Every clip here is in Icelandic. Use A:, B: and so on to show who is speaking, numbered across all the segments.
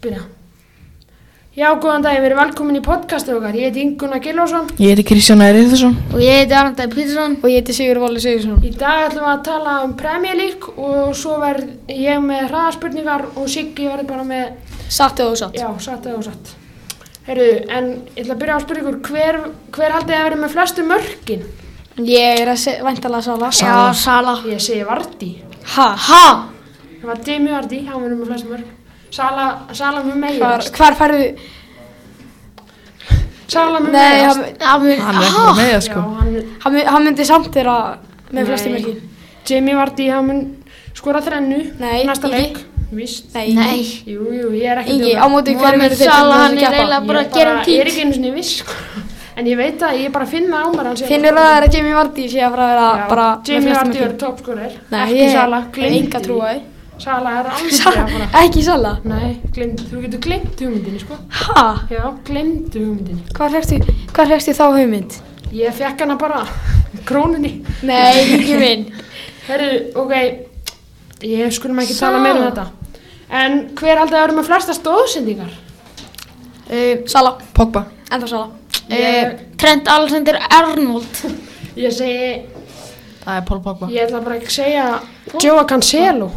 A: Byrja. Já, góðan dag, ég verið velkomin í podcastið okkar. Ég heiti Ingunna Gilvarsson.
B: Ég heiti Kristján Ærið þessum.
C: Og ég heiti Arndæði Pítursson
D: Og ég heiti Sigur Valur Sigursson.
A: Í dag ætlum við að tala um Premier League og svo verð ég með hraðaspurningar og Siggi verður bara með,
D: Satt eða ósatt.
A: já, satt eða ósatt. Heyrðu, en ég ætla að byrja á að spyrja ykkur, hver, hver haldið þið að verið með flestu mörkin?
D: Ég er að se- væntanlega Sala.
C: Já, Sala
A: Ég segi Vardí.
D: Ha?
C: Ha?
A: Það var Demi Vardí, hann verið með flestu mörk. Sala, Sala með
D: Hvar,
A: megin.
D: hvar færðu?
A: Sala með
D: Nei,
A: megin.
D: hann, hann, mun-
B: Hann er ekki bara með það
A: Já,
B: sko.
A: hann,
D: hann, mun- hann myndi samt þeirra með flesti
A: Nei.
D: mörkin.
A: Jamie Vardí, hann mun skora þrennu.
D: Nei,
A: Næsta
D: Ingi.
A: leik. Víst.
D: Nei.
C: Nei
A: Jú, jú, ég er ekki
D: Ingi, á móti hverju
C: Mohamed
D: verður þeir?
C: Sala,
D: sem
C: hann
D: munu
C: er
D: keppa?
C: eiginlega bara
A: Ég
C: að gera
A: Ég
C: um
A: er
C: tít
A: ekki einu sinni viss, sko. En ég veit að ég bara finna á mér hans.
D: Finnur það að þeirra Jamie Vardy sé að fara að vera bara með
A: Jamie
D: flesti
A: Vardy er
D: mörkin?
A: toppskorur.
D: Nei,
A: ekki
D: ég
A: Sala,
D: er
A: glimti.
D: enga trúa því.
A: Sala er aldrei að fara.
D: Ekki Sala?
A: Nei, glimti. Þú getur glimt hugmyndinni, sko.
D: Ha?
A: Já, glimt hugmyndinni.
D: Hvar fegstu, hvar fegstu þá hugmynd?
A: Ég fekk hana bara króninni.
D: Nei, ekki minn.
A: Herru, ok, ég skulum ekki tala meira um þetta. En hver aldrei að vera með flesta stóðsendingar?
C: Uh,
D: Sala.
B: Pogba.
D: Eh, Enda Sala. Eh,
C: uh,
A: Ég,
C: Trent Alexander Arnold
A: ég segi,
B: Það er Paul Pogba.
A: ég ætla bara ekki að segja Joa Cancelo.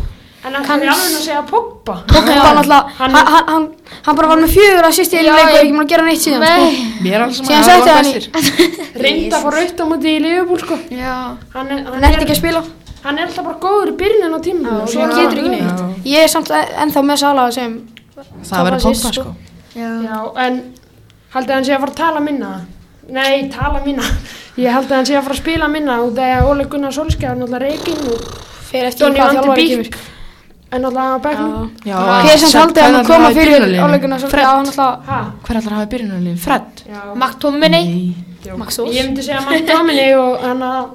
A: En hann er alveg að segja Pogba.
D: Pogba náttúrulega,
A: Hann-
D: hann, hann, hann, hann bara var með fjögur að sýsti í
C: Já,
D: leik og er
C: ég-
D: ekki múin að gera neitt síðan. sko.
C: Nei
B: Mér er alls saman
D: Síðan
B: að
D: sætti
B: það var
D: hann í-
B: bestir.
A: reynda að fá raut á móti í Liverpool sko
C: Já
A: hann er, hann,
D: Hann ert ekki að
A: er,
D: spila.
A: hann er alltaf bara góður í byrjunin á tíminu og svo
D: hann
A: bara-
D: getur ekki neitt.
B: Já.
D: Ég er samt e- ennþá með Sala sem
B: Það verður
D: Pogba
B: Pogba
D: síst,
B: sko.
C: Já
A: já, en haldið hann sé að fara að tala minna nei, tala minna ég haldið hann sé að fara að spila minna og þegar Óli Gunnar Solskjaer er náttúrulega reikinn og
D: fer eftir
A: Donny
D: Donny
A: Van
D: hvað
A: de
D: þjálfari kemur.
A: Beek er náttúrulega á
D: Já.
A: bekknum
B: Já,
D: Hver er samt haldið að hann
B: ætlar
D: koma
B: hafa Ah, í
D: fyrir
B: byrjunarliðinu?
D: áleikuna sem já, hann alltaf
A: ha,
B: Hver ætlar að hafa byrjunarliðin? Fred?
A: já,
C: Mark Tominey
A: já.
D: Maxos.
A: ég myndi segja Mark Domini og hann að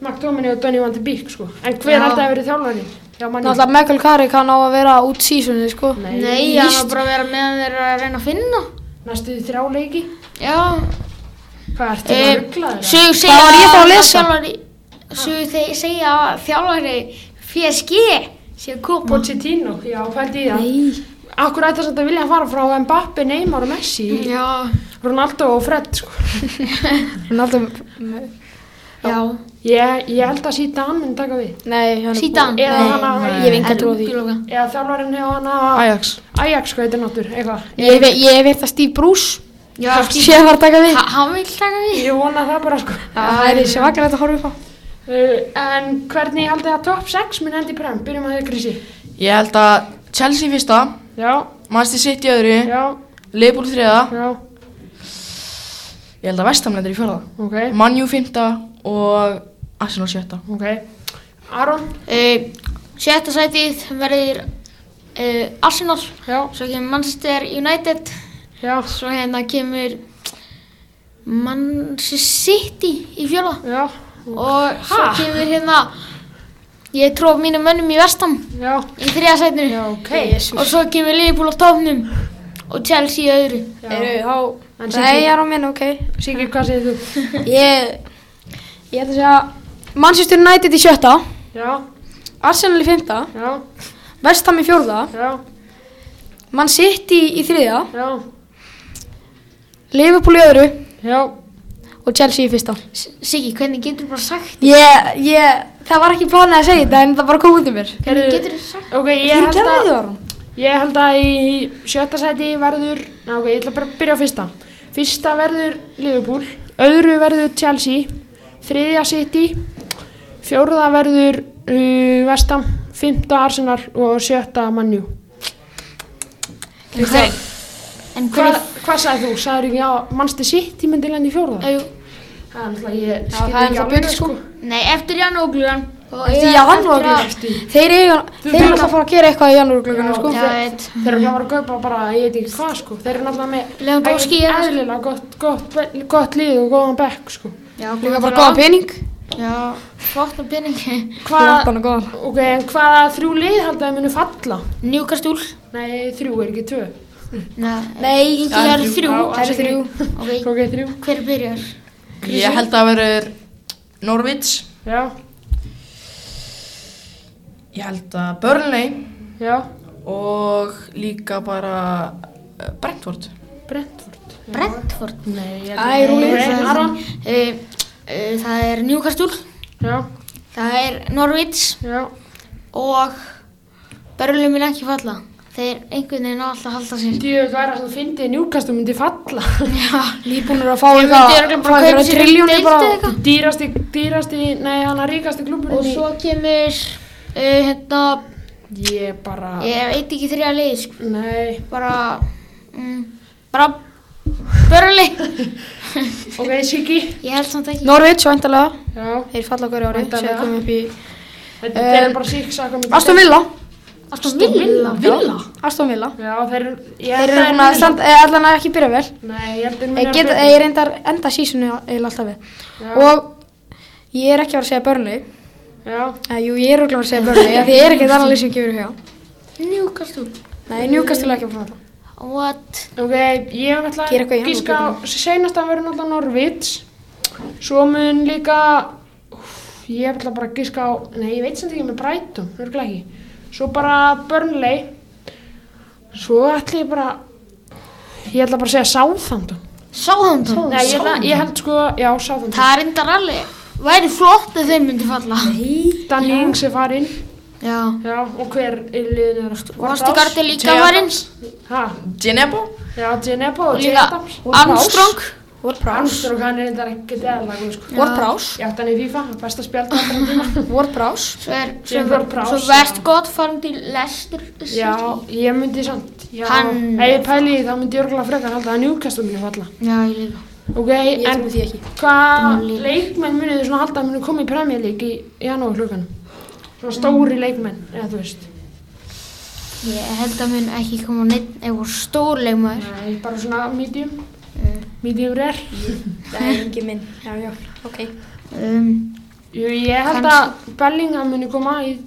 A: Mark Domini og Donny Van de Beek sko en hver
D: Já.
A: haldið að verið þjálfari? já, manni
D: Náttúrulega Michael Carrick hann á að vera út sísunni sko.
C: Nei, hann var bara að vera meðan þeir eru að reyna að finna
A: næstu þrjá leiki
C: Já
A: hvað ert
D: Eh,
A: þið að ruggla þér?
C: Sögur segja
D: Hvað var ég þá að lesa?
C: þjálfari Sögur þeir segja að þjálfari PSG sé að koma
A: Pochettino, já, pældi í það. Nei. Akkur ætti samt að vilja fara frá Mbappe, Neymar og Messi,
C: Já
A: Ronaldo og Fred, sko.
D: Hann alltaf
C: Já
A: Ég, ég held að Zidane myndi taka við.
D: Nei, hann
A: Eða
C: Zidane.
D: Nei,
A: hann að,
D: Ég hef enga trú á því.
C: Útiloka.
A: eða þjálfarinn hefur hann að
B: Ajax.
A: Ajax, hvað heitir náttúr, eitthvað.
D: Ég hef- ég hef hitt að Steve Bruce
C: Já,
D: sé að fara að taka við.
C: Ha- Hann vil taka við
A: Ég vona það bara, sko.
D: Það er svakalegt að horfa upp á.
A: Uh, en hvernig haldið þið að top 6 minn endi í prem? Byrjum að þau krisi.
B: Ég held að Chelsea fyrsta,
A: Já,
B: Manchester City öðru,
A: já,
B: Liverpool þriða,
A: já,
B: ég held að Vestamlendur í fjörða,
A: ok,
B: Man U fymta og Arsenal sjötta.
A: ok. Aron,
C: uh, Sjætta sætið verður uh, Arsenal
A: já,
C: Svo kemur Manchester United
A: já,
C: Svo hérna kemur Manchester City í fjóla
A: já,
C: Og svo
A: Ha?
C: kemur hérna Ég tróf mínum mönnum í vestam
A: já,
C: Í þriða sætinu
A: já, ok.
C: Og svo kemur Liverpool á tóknum Og Chelsea í öðru
A: Já.
D: Eru, þá-
A: En
D: Nei,
A: Siggi-
D: ég er á minn, ok.
A: Siggi, hvað segir þú?
D: Ég, ég ætla að segja Manchester United í sjötta,
A: Já,
D: Arsenal í fymta,
A: já,
D: West Ham í fjórða,
A: já,
D: Man City í þriðja,
A: já,
D: Liverpool í öðru
A: já.
D: og Chelsea í fyrsta.
C: S- Siggi, hvernig getur bara sagt
D: Ég, ég, það var ekki planið að segja þetta en það bara kom út um mér.
A: Heyrðu,
C: Hvernig getur sagt
A: Ok, ég
D: Ég
A: held,
D: gerði
A: að,
D: það árum.
A: ég held að í sjötta sæti verður, ná ok, ég ætla bara að byrja á fyrsta. Fyrsta verður Liverpool, öðru verður Chelsea, þriðja City, fjórða verður uh, Vestam, fymta Arsenal og sjötta Manjú.
C: En hver, en hver
A: Hva, hvað sagði þú? Sagður ekki að mannstu City myndi lenda í fjórða?
C: Jú,
A: Það er náttúrulega, ég
D: það
A: skil
D: er
A: ekki
D: náttúrulega
A: alveg
D: bull, sko.
C: Nei, eftir janúargluggan. Og
D: Eftir
C: eiga-
D: janúargluggan?
C: eftir að-
A: Eftir-
D: Þeir eru þeir eru alltaf að fara að gera eitthvað í janúarglögguna,
A: Já,
D: sko.
C: Já, ég veit.
A: Þeir eru náttúrulega bara að kaupa bara, ég veit ekki hvað sko. Þeir eru náttúrulega með
C: Lewandowski er-
A: eðlilega gott, gott, gott lið og góðan bekk sko.
C: Já,
D: Líka bara góðan pening.
C: Já, flott með peningi.
D: Hvað?
A: Hvað, ok, en hvaða þrjú lið haldið að munu falla?
C: Njúkastúl.
A: Nei, þrjú er ekki tvö.
C: Nei,
D: Nei,
C: það eru þrjú.
A: Já,
D: það eru þrjú.
C: Ok,
A: Ok, þrjú.
C: hver byrjar?
B: Ég held að verður Norwich,
A: Já,
B: ég held að Burnley
A: já,
B: og líka bara eh, Brentford.
A: Brentford.
C: Brentford
A: Nei, ég
D: Æ, Rúli.
C: Aron uh, uh, Það er Newcastle
A: Já,
C: Það er Norwich
A: já.
C: og Berlin vil ekki falla Þeir einhvern veginn á alltaf að halda sér
A: Djöðu, það er að þú fyndið njúkast og myndi falla.
D: Nýbúnir að fá eitthvað,
A: myndi örugglega bara
D: fá
A: kaupa
D: eitthvað
A: sér
D: triljónu
C: deild eða
D: bara.
C: eitthvað.
A: dýrasti, dýrasti, nei, hann að ríkasti klubur.
C: Og svo kemur uh, hérna
A: Ég bara,
C: Ég veit ekki þrjá liði sko.
A: nei.
C: Bara mm, Bara Berlin
A: Ok, Siggi.
C: Ég held samt ekki
D: Norvits, væntalega.
A: Já,
D: Þeir falla okkur ári,
A: Væntanlega.
D: séu komið upp í...
A: þetta þetta
D: Eh,
A: er bara Sigg saka myndi.
D: Aston Villa.
C: Aston Villa
A: Villa?
D: Aston Villa.
A: Já, þeir eru, ég
D: Þeir
A: held
D: eru
A: þeir
D: búin að
A: muni-
D: standa, eh, allan að ekki byrja vel.
A: Nei, ég held þeir muni
D: Ég get, eh,
A: betri.
D: ég reyndar enda sísunni eða alltaf við.
A: Já.
D: Og ég er ekki að fara að segja börnlegu.
A: Já,
D: Eh, jú, ég er okkur að segja börnlegu, af því ég er ekkert annað lýsing gefur í huga.
C: Newcastle
D: Nei, njúkast til ekki að fara þetta.
C: What
A: ok, ég ætla
D: Gera eitthvað í
A: að gíska á,
D: janúarglugganum.
A: seinast að vera náttúrulega Norvits, svo mun líka, úff, ég ætla bara að gíska á, nei, ég veit sem ekki með Brighton, örgulega ekki, svo bara Burnley, svo ætla ég bara, ég ætla bara að segja Southampton.
C: Southampton
A: Nei, ég, ætla, ég held sko, já, Southampton.
C: Það er endar alveg, væri flott ef þeir myndi falla. Nei.
A: Danny Ings er farinn,
C: Já.
A: já, og hver er liðin er aftur?
C: Vastigard er líka
B: Teo.
C: varinn.
A: Hæ,
B: Genebo,
A: já, Genebo og
C: Líka
A: Jadams.
C: Armstrong.
D: Ward Prowse.
A: Armstrong, hann er reyndar ekkert eðalega, sko.
D: Ward Prowse.
A: Ég átti hann í FIFA, besta spjald allra tíma.
D: Ward Prowse.
C: Svo er, svo
A: Jim
C: er,
A: Ward-Prowse.
C: svo Westgott farin til Leicester.
A: Já, ég myndi samt. Já,
C: Hann-
A: Ef ég pæli í því, þá myndi ég örgulega frekar halda að Newcastle muni falla.
C: Já, ég líka.
A: Ok,
D: Ég
A: en
D: trúi því ekki.
A: hvað
C: Málið.
A: leikmenn munið þið svona halda að muni koma í Premier League í janúar klukkanum? Svona stóri leikmenn, eða þú veist.
C: Ég held að mun ekki koma neitt eitthvað stórleg maður.
A: Nei, Eh. bara svona medium, medium rare.
D: Nei, ekki minn. Já, já, ok.
C: Um,
A: Jú, ég held að Bellingham muni koma í,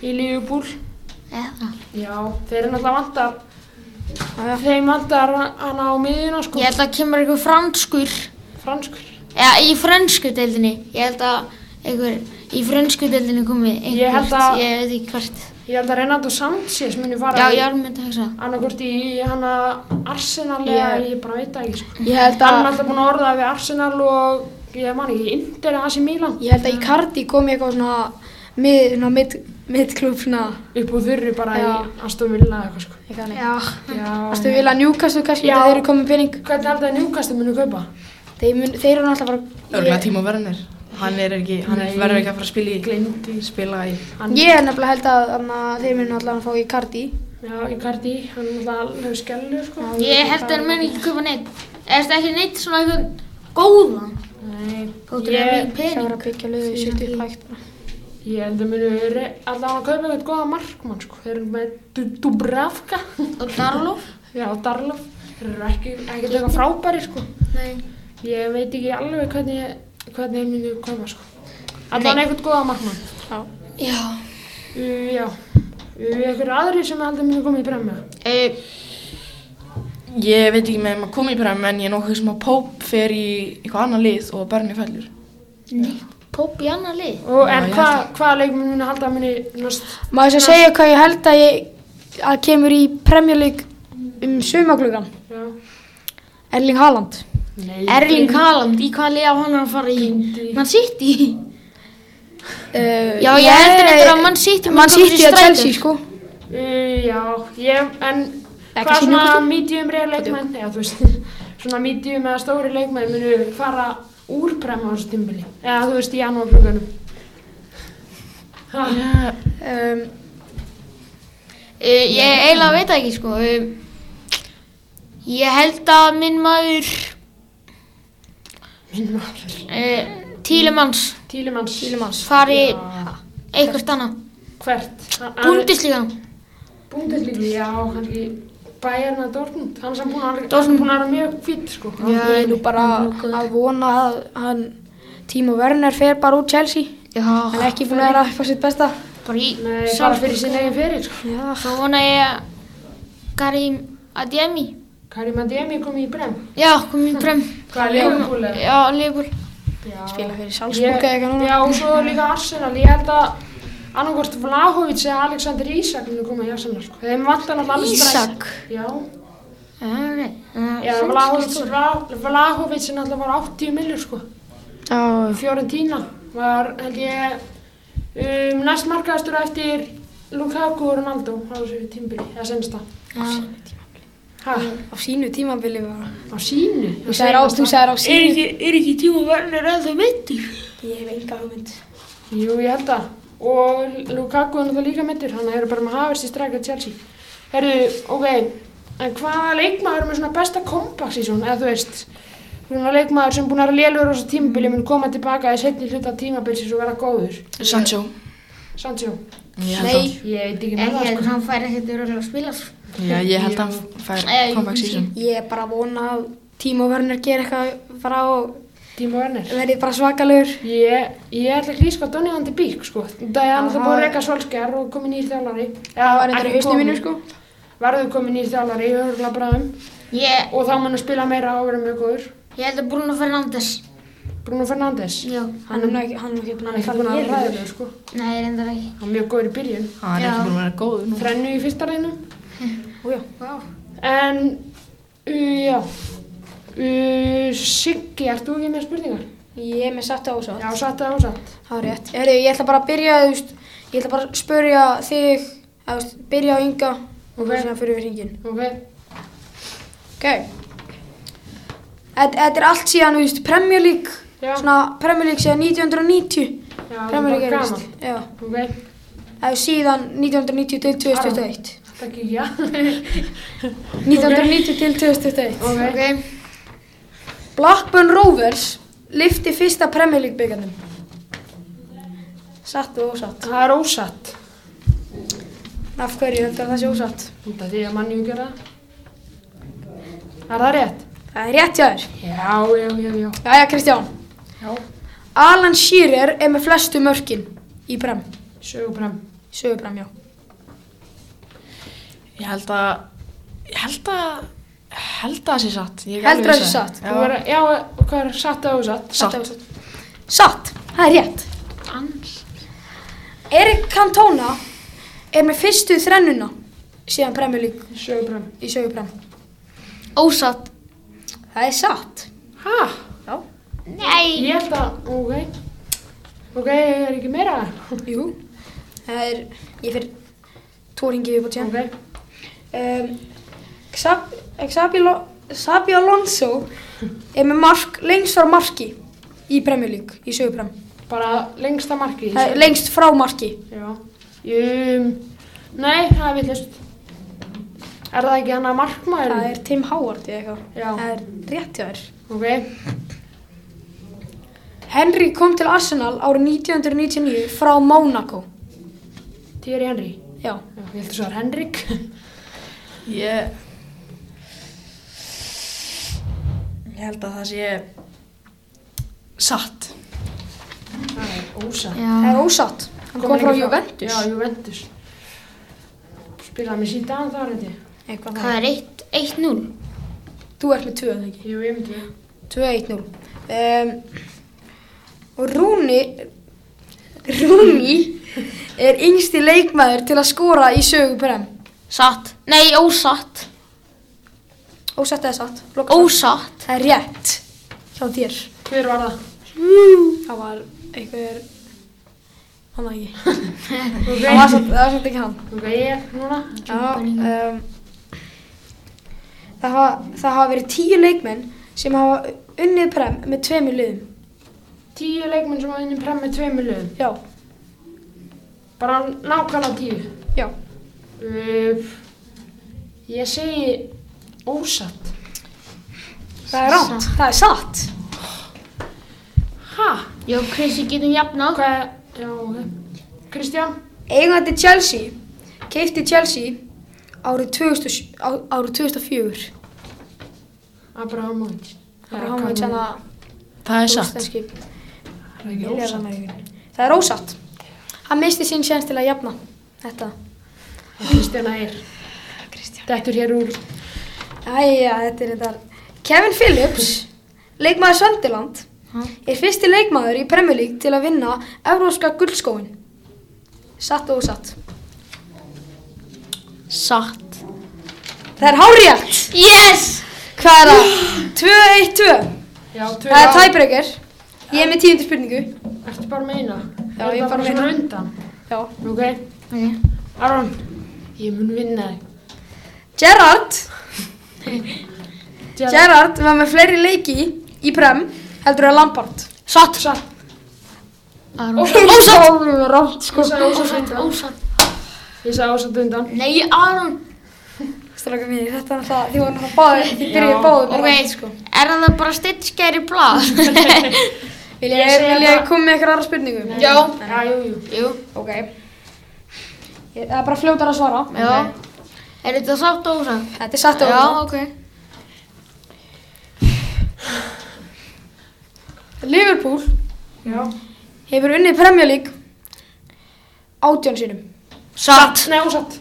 A: í Liverpool.
C: eða.
A: Já, þeir eru náttúrulega vantar. Þeim vantar hann á miðjuna, sko.
C: Ég held að kemur eitthvað franskur.
A: Franskur.
C: Eða í fransku deildinni. Ég held að eitthvað í fransku deildinni komi einhvert.
A: Ég held að-
C: Ég veit ekki hvert.
A: Ég held að Renato Sanchez muni fara
C: Já,
A: í-
C: ég er myndið að hugsa. það.
A: annarkort í hana Arsenal eða
D: Ég-
A: ég bara veit það ekki sko.
D: Ég held
A: Það er
D: að...
A: alltaf búin að orða við Arsenal og ég man ekki, Inter eða AC Milan
D: Ég held að Icardi kom í eitthvað svona mið, svona mid, midklub svona
A: upp úr þurru bara
D: Já.
A: í Aston Villa eða eitthvað sko.
D: eitthvað neitt.
C: Já.
A: Já.
D: Þú vilja Newcastle kannski
A: Já.
D: þegar þeir eru komið pening.
A: Hvernig held að Newcastle muni kaupa?
D: Þeir, mun, þeir eru náttúrulega bara...
B: örgulega tíma verðinir. Hann er ekki, hann
A: Nei.
B: verður ekki að fara að spila í,
A: Gleymdi.
B: spila í.
A: Hann,
D: Ég er nefnilega held að anna, þeir munu náttúrulega fá Icardi.
A: Já, Icardi, hann er alltaf alveg skellur sko.
C: Ég held að hann muni ekki kaupa neitt. Er þetta ekki neitt svona eitthvað góðan?
A: Nei,
C: Góður yeah. er
A: ég,
C: mikið
D: Það
C: pening.
D: voru að byggja löðu sitt upp hægt bara.
A: ég held að muni alltaf hann að kaupa eitthvað góða markmann sko. Þeir eru með Du- Dubravka,
C: Og Darlof?
A: já, Darlof, þeir eru ekki, ekki eitthvað frábæri sko.
C: Nei.
A: Ég veit ekki alveg hvernig, hvernig þeir myndu koma, sko. Allan eitthvað góða markmann.
C: Já.
A: Uh, já. Uh, eitthvað aðri sem ég held að myndu koma í bremja.
C: E,
B: Ég veit ekki með maður komið í præm, en ég er nokkuð sem að Pope fer í eitthvað annað lið og Berni fellur.
C: nei. Póp í annar lið.
A: Og,
B: Já,
A: en
B: ég
A: hva, hvaða leikmenn muni halda að muni næst?
D: Má þess að segja hvað ég held að ég að kemur í Premier League um sumagluggan.
A: Já.
D: Erling Haaland.
A: Nei.
C: Erling Haaland, í hvaða lið á hann að fara í? Man City.
D: Uh,
A: Eh,
C: Já, ég heldur þetta að Man City
D: mann sýtti að Chelsea sko.
A: Uh, já, ég, en
D: Ekki
A: hvað
D: sýnum
A: svona
D: kannski?
A: medium reyð leikmenn, já, þú veist, svona medium eða stóri leikmenn muni fara úr bremja á þessu tímbili. Eða, þú veist, í janúarflugunum. Já.
D: Um,
C: E, ég eiginlega veit það ekki, sko. E, ég held að minn maður,
A: Minn maður.
C: e, Tílemanns,
A: Tílimanns. Tílimanns.
C: fari
A: Já.
C: eitthvað annað.
A: Hvert? Hann- hann-
C: Bundesliga.
A: Búndesliga, já, kannski Bayern að Dortmund, hann sem búin að
C: Dortmund.
A: búin að vera mjög fýtt, sko.
D: ég er nú bara að vona að hann Timo Werner fer bara úr Chelsea.
C: Já.
D: Hann er ekki búin að vera upp á sitt besta.
C: Bara í
A: Nei, bara
C: Salzburg.
A: fyrir sinni eigin fyrir, sko.
D: Já.
C: Svo vona ég að Karim Ademi.
A: Karim Ademi kom í brem.
C: Já, kom í brem.
A: Hvað, Liverpool eða?
C: Já, Liverpool.
A: Já.
D: Spila fyrir Salzburg eða eitthvað núna.
A: Já, og svo líka Arsenal, ég held að annarkvort Vlahovic eða Alexander Isak munu koma í Arsenal sko. þeim vantar náttúrulega alveg
C: Isak?
A: sprækt. já,
C: Já,
D: Ah,
A: já
C: uh,
A: Vlahovic,
D: sko.
A: Vla- Vlahovic er náttúrulega var 80 millur sko.
D: Já,
A: Fiorentina var held ég um, næst markaðastur eftir Lukaku og Ronaldo á þessu tímbili, eða sensta
D: Ah.
A: ha,
D: á sínu tímabili var
A: á sínu
D: Þú sagðir á, þú sagðir á sínu
C: ekki, er ekki tíma verður eða mittur?
D: Ég hef enga hugmynd
A: Jú, ég held það. Og Lukaku er náttúrulega líka mittur, hann er bara með Havers í strækja Chelsea. Herru, ok, en hvaða leikmaður er með svona besta kompaks í svona, eða þú veist, svona leikmaður sem búin að vera lélur á þessu tímabili mun koma tilbaka í setni hluta tímabilsins og vera góður?
B: Sancho.
A: Sancho,
B: Ég held
C: Nei,
B: að-
A: ég veit ekki
C: ég
A: með það,
C: held
A: sko.
C: að hann færi þetta röglega að spila sko.
B: Já, ég held að hann fær
C: Nei,
B: comeback
C: ég-
B: season.
D: Ég er bara að vona að tímaverðinir gera eitthvað bara og
A: Tíma sko. Werner.
D: verði bara svakalur
A: Ég, ég ætla ekki líka að Donny Andi Bík, sko. Það er hann það búið að reyka solskjær og komið nýr þjálfari. Já,
D: Það var eitthvað í hausnum mínu sko
A: Varður komið nýr þjálfari, örgulega bráðum.
C: Ég,
A: Og þá mun að spila meira og vera mjög góður.
C: ég held að Bruno Fernandes.
A: Bruno Fernandes.
C: Já.
D: Hann er nú ekki, hann er nú ekki búin
A: Hann
D: að
A: er ekki búinn að vera ræðilegur sko.
C: Nei, reyndar ekki.
A: Hann er mjög góður í byrjun.
B: Hann er
C: Já.
B: ekki búin að vera góður nú.
A: Þrennu í fyrsta reynum.
D: Újá
C: Vá.
A: En, uh, já. Uh, Siggi, ert þú ekki með spurningar?
D: Ég er með satt á þessu
A: Já, satt eða ósatt.
D: Það er rétt. Herru, ég ætla bara að byrja, þú veist, ég ætla bara að spyrja þig, að, þú veist, byrja á ynga og
A: Ok.
D: okay. síðan fyrir við hringin.
A: Ok.
D: Ok. Þetta þetta er allt síðan, þú veist, Premier League,
A: Já.
D: svona Premier League síðan 1990.
A: Já, það
D: Premier
A: er
D: League
A: bara
D: er
A: gaman.
D: veist. Já.
A: Ok.
D: Það er síðan 1990 til 2021.
A: Takk ekki, já.
D: 1990 til 2021.
A: ok.
C: Ok.
D: Blackburn Rovers lifti fyrsta Premier League byggandum. Satt og ósatt.
A: Það er ósatt.
D: Af hverju heldur það sé ósatt?
A: Þetta því að manni ekki gera það. Er það rétt?
D: Það er rétt hjá þér.
A: Já, já, já, já.
D: Jæja Kristján
A: Já.
D: Alan Shearer er með flestu mörkin í brem,
A: Söguprem.
D: sögubrem já
B: Ég held að, ég held að, held að það sé satt. Ég er ekki
D: Heldur
B: alveg
D: það sé
B: viss um
D: satt?
A: Já. Vera, já, hvað er satt eða ósatt?
B: Satt.
D: Þetta var Satt, það er rétt Erik Cantona er með fyrstu þrennuna síðan Premier League
A: Söguprem.
D: í sögubrem
C: Ósatt.
D: Það er satt
A: Hæ?
C: Nei.
A: Ég held að, ok. Ok, er ekki meira?
D: Jú Það er, ég fyrir tvo ringi upp á tján
A: Ok.
D: um, Xab- Xabi Lo- Xabi Alonso er með mark, lengst frá marki í Premier League, í sögubrem
A: Bara lengsta marki.
D: Það er lengst frá marki
A: Já. Um, nei, það er villust. Er það ekki hann að markmaður?
D: Það er Tim Howard eða eitthvað.
A: Já.
D: Það er rétt hjá þér.
A: Ok.
D: Henry kom til Arsenal árið 1999 frá Monaco.
A: Thierry Henry.
D: Já.
A: Já, ég held að svo er Henrik.
B: Ég Ég held að það sé satt
A: það er ósa.
D: Það
C: Já.
D: er ósatt. Hann kom frá Juventus.
A: Já, Juventus. Spilaði með síðan þar þetta.
D: Eitthvað
C: Hvað
D: það.
C: er 1 1-0?
D: Þú ert með 2, eða ekki?
A: Jú, ég myndi ég.
D: 2-1-0. Um, og Rúni, Rúni er yngsti leikmaður til að skora í sögu brem.
C: Satt. Nei, ósatt.
D: Ósatt eða satt? Loka satt.
C: Ósatt.
D: Það er rétt hjá þér.
A: Hver var það?
D: Það var einhver, hann ekki. Það var samt- það var samt ekki hann.
A: Ok, ég núna.
D: Já, um, það, hafa, það hafa verið tíu leikmenn sem hafa unnið prem með tveimur liðum.
A: Tíu leikmenn sem var inn í prem með tveimur lögum.
D: Já,
A: Bara nákvæmlega tíu.
D: já.
A: Uh, ég segi ósatt.
D: Það er rámt, það er satt.
A: Hæ?
C: Jó, Krissi getum jafnað.
A: Hvað? Já, ok. Kristján?
D: Eigandi Chelsea, keipti Chelsea árið 2000, á, árið 2004.
A: Abrahamovic.
D: Það var hann að tjana
B: Það er satt
D: rústenski.
A: Það er ekki ósatt.
D: Það er ósatt. Hann misti sín séns til að jafna þetta.
A: Kristján Ægir.
D: Kristján.
A: Þetta er hér úr
D: Æja, þetta er þetta. Kevin Phillips, leikmaður Söndiland,
C: Ha?
D: er fyrsti leikmaður í Premier League til að vinna Evróska guldskóin. Satt og ósatt.
C: Satt.
D: Það er hárétt.
C: Yes!
D: Hvað er það? 2-1-2.
A: Já, tvö
D: Það er
A: ár.
D: tæbreykir. Ég er með tíundur spurningu.
A: Ertu bara að meina?
D: Já,
A: Er
D: ég
A: það
D: bara meina.
A: svona undan.
D: Já.
A: Ok,
C: Ok.
A: Aron, ég mun vinna þig.
D: Gerard. Gerard var með fleiri leiki í prem heldur að Lampard.
C: Satt.
A: Satt.
C: Aron.
A: Ósatt. Ósatt. Sko,
C: Ósatt, ósatt,
A: undan.
C: ósatt.
A: Ég sagði ósatt undan.
C: Nei, Aron.
D: Stráka mínir, þetta er náttúrulega, þið voru náttúrulega báðir, þið byrjuðu
A: Já.
D: báðir. sko.
C: Ok, sko. er það bara steinskæri blað?
D: Vil
A: Ég
D: ég,
A: segi
D: vil ég
A: bara-
D: koma með eitthvað aðra spurningu?
C: Já.
A: Já, jú, jú.
C: Jú.
D: Ok. Ég, það er bara fljótar að svara.
C: Já. Er þetta satt og ósatt?
D: Þetta er satt og
C: Já,
D: ósatt.
C: ok.
D: Liverpool
A: Já.
D: hefur unnið Premier League átjón sinum.
C: Satt.
A: Nei, ósatt.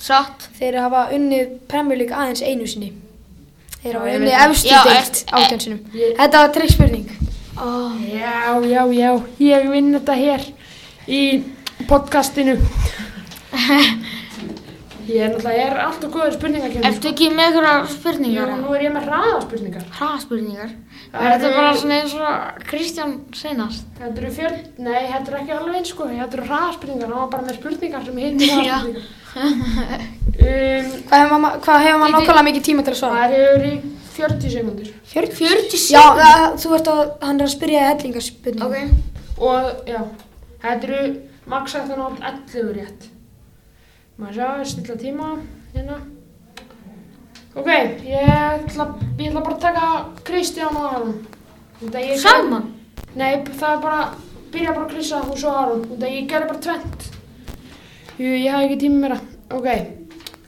C: Satt.
D: Þeir hafa unnið Premier League aðeins einu sinni. Þeir
A: Já,
D: hafa
A: ég veit
D: unnið
A: það.
D: efstu
C: Já,
D: deilt
C: er-
D: átjón sinum.
A: Ég-
D: Þetta var trikkspurning.
C: Oh.
A: Já, já, já. Ég vinn þetta hér í podcastinu. Ég er náttúrulega, ég er alltaf góður spurningakefni.
C: Ertu ekki með einhverja
A: Jú,
C: spurningar?
A: nú er ég með hraðaspurningar.
C: Hraðspurningar?
A: Það
C: Er þetta
A: eru-
C: bara svona eins og Kristján senast?
A: Þetta eru fjörn, nei, þetta er ekki alveg eins sko, þetta eru hraðaspurningar, hann var bara með spurningar sem heitir hraðaspurningar. um,
D: Hvað hefur maður, hvað hefur maður
C: Bíddu.
D: nákvæmlega mikið tíma til að svara?
A: það hefur í 40 sekundur
C: 40
D: Já, það, þú ert að, hann er að spyrja hellingarspurning.
C: Ok.
A: og já, þetta eru maks 13 og 11 rétt. Maður sjá, ég stilla tíma hérna. Ok, ég ætla, ég ætla bara að taka Kristján og Aron. Út að ég-
C: Saman?
A: Nei, það er bara, byrja bara að krissa og svo Aron, út að ég gerði bara tvent. Jú, ég hafði ekki tíma meira. Ok.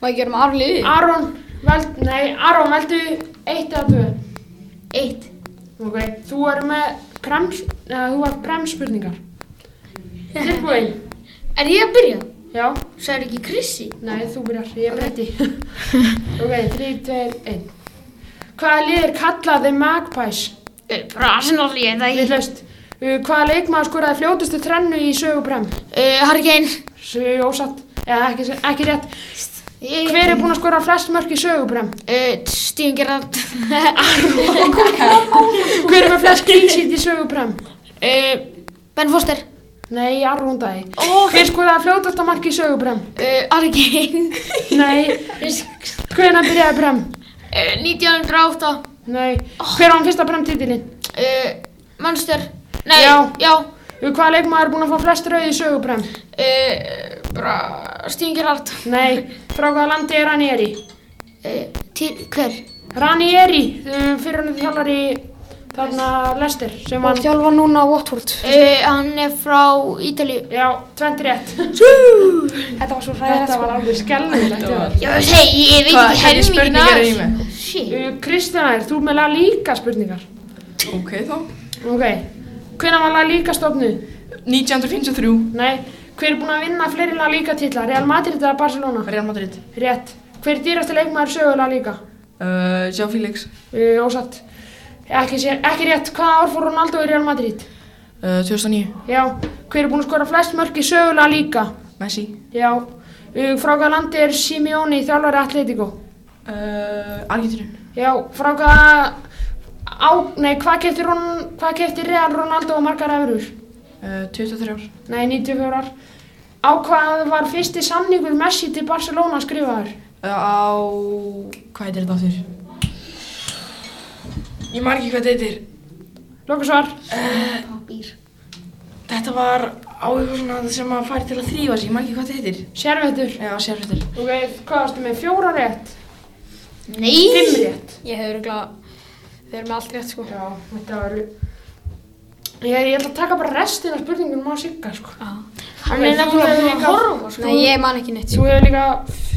D: Má ég gera maður aðra liði?
A: Aron, veld, nei, Aron, veldu eitt eða tvö.
C: Eitt.
A: Ok, þú er með krems, eða þú er bremspurningar. Tilbúin,
C: Er ég að byrja?
A: já,
C: Sæður ekki Krissi?
A: nei, þú byrjar, ég breyti. ok, þrý, tveir, einn. Hvaða lið er kallað The Magpies?
C: Eh, Bara Arsenal, ég veit það
A: Við
C: ekki.
A: hlust. Uh, Hvaða leikmaður skoraði fljótustu trennu í sögubrem?
C: Uh, Harry Kane.
A: Sögu ósatt, eða ekki, ekki rétt.
C: Ég-
A: Hver er búinn að skora flest mörk í sögubrem?
C: Uh, Stíðan Gerrard.
A: Hver er með flest grínsitt í sögubrem?
C: uh, ben Foster.
A: Nei, Aron dæði.
C: Ó,
A: Hver skoraði fljótasta mark í sögubrem?
C: uh, Harry Kane.
A: Nei, hvenær byrjaði brem?
C: uh, 1908.
A: Nei, hver var hann fyrsta bremtitilinn?
C: Uh, Manchester. Nei,
A: Já.
C: já.
A: Uh, Hvaða leikmaður er búinn að fá flest rauði í sögubrem?
C: Uh, bara Stíðan Gerrard.
A: Nei, frá hvaða landi er Ranieri?
C: Uh, til, hver?
A: Ranieri, um, fyrir hann þjálfari þarna Lester sem
D: Hann
A: hann...
D: þjálfa núna á Watford.
C: Uh, hann er frá Ítalíu.
A: Já, tvent rétt.
D: Þetta var svo sko.
A: Þetta
D: ræðilegt.
A: var alveg skelvilegt. já.
C: Já, segi, ég veit
B: Hvað,
C: ekki
B: hvernig
C: helmingin
B: spurningar er í
C: aðeins.
B: mig?
C: Shit.
A: Uh, Kristjana, er þú með lag líka spurningar?
B: Ok, þá.
A: Ok, hvenær var lag líka stofnuð?
B: 1953,
A: Nei, hver er búinn að vinna fleiri lag líka titla? Real Madrid eða Barcelona?
B: Real Madrid.
A: Rétt. Hver er dýrasti leikmaður sögulega líka?
B: Uh, Sjá Félix,
A: Uh, ósatt. Ekki, sé, ekki rétt, hvaða ár fór Ronaldo í Real Madrid?
B: uh, 2009,
A: Já. Hver er búinn að skora flest mörk í sögulega líka?
B: Messi,
A: Já. Uh, frá hvaða landi er Simeone í þjálfari Atletico?
B: uh, Argentínu,
A: Já. Frá hvaða... Á, nei, hvað kefti, Ron, hvað kefti Real Ronaldo og margar efurur?
B: uh, 23 ár,
A: Nei, 94 ár. Á hvað var fyrsti samningur Messi til Barcelona skrifaður?
B: uh, á, hvað heitir þetta aftur? Ég margir hvað þetta heitir.
A: Lókusvar.
C: Pappír.
B: Þetta var á eitthvað svona sem að færi til að þrýfa sig, ég margir hvað þetta heitir.
A: Sérvettur.
B: Já, sérfættir.
A: Ok, hvað varstu með? Fjóra rétt?
C: Nei.
A: Fimm rétt?
D: Ég hefur gláð, við erum með allt rétt sko.
A: Já, þetta var... Ég, ég ætla að taka bara restina af spurningunum á Sigga, sko.
C: Hann er náttúrulega búin að horfa, sko.
D: Nei, ég man ekki neitt.
A: Þú hefur líka,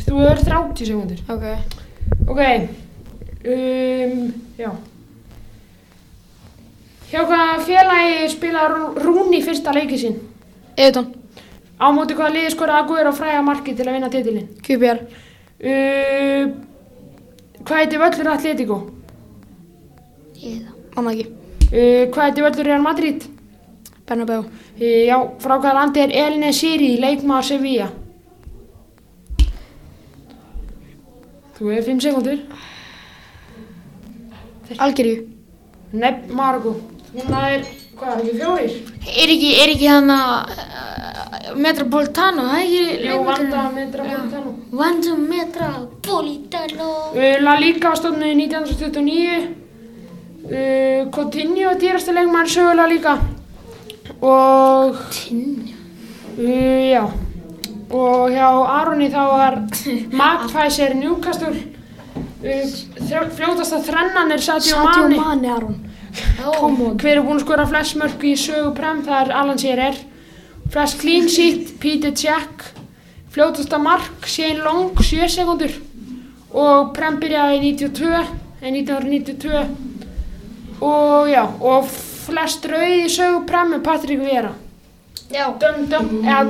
A: þú hefur 30 sekundir.
D: Ok.
A: Ok, um, já. Hjá hvaða félagi spilaði Rú- Rúni fyrsta leiki sín?
D: Evertón,
A: Á móti hvaða liði skoraði Aguero og fræja marki til að vinna titilinn?
D: QPR,
A: Uh, hvað heiti völlur Atletico?
C: Ég það.
D: manna ekki.
A: Uh, hvað heiti völlur Real Madrid?
D: Bernabeu.
A: Eh, Já, frá hvaða landi er Elne Siri, leikmaður Sevilla? Þú hefur fimm sekundur.
D: Algeríu.
A: Nefn Margo. Hún er, hvað er ekki fjórir?
C: Er ekki, er ekki hann að uh, Metropolitano, það er ekki
A: Jú, vanda metra bóta nú.
C: Vanda Metropolitano
A: Eh, La Liga var stofnuð í 1929. Uh, Coutinho er dýrasti leikmaður sögulega líka. Og...
C: Tinnu
A: Uh, já, og hjá Aroni þá var Magpæsir Newcastle, uh, fljótasta þrennan er Sadio
D: Sadio
A: Mani.
D: Mane, Aron.
C: Kom
A: Hver er búinn að skora flest mörg í sögu prem, það er Alan Shearer. Flest clean sheet, Peter Cech. Fljótasta mark, Shane Long, 7 sekundur. Og prem byrjaði í 92, en 1992. Og já, og flest rauð í sögu prem er Patrick Vera.
C: Já
A: Dönn, dönn, eða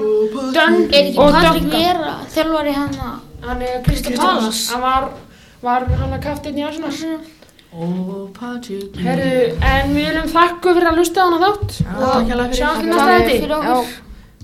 A: dönn
C: Er ekki
A: og
C: Patrik
A: dönka.
C: Vera, þjálfari hann að
A: Hann er Kristján Pálas.
C: Palace. Mhm.
A: Hann var, var hann að kaftin í Arsenal.
B: Ó, Patrik.
A: Herru, en við viljum þakku fyrir að lusta á hana þátt.
B: Takk hérlega fyrir.
A: Sjáum því næsta þetta.
C: fyrir okkur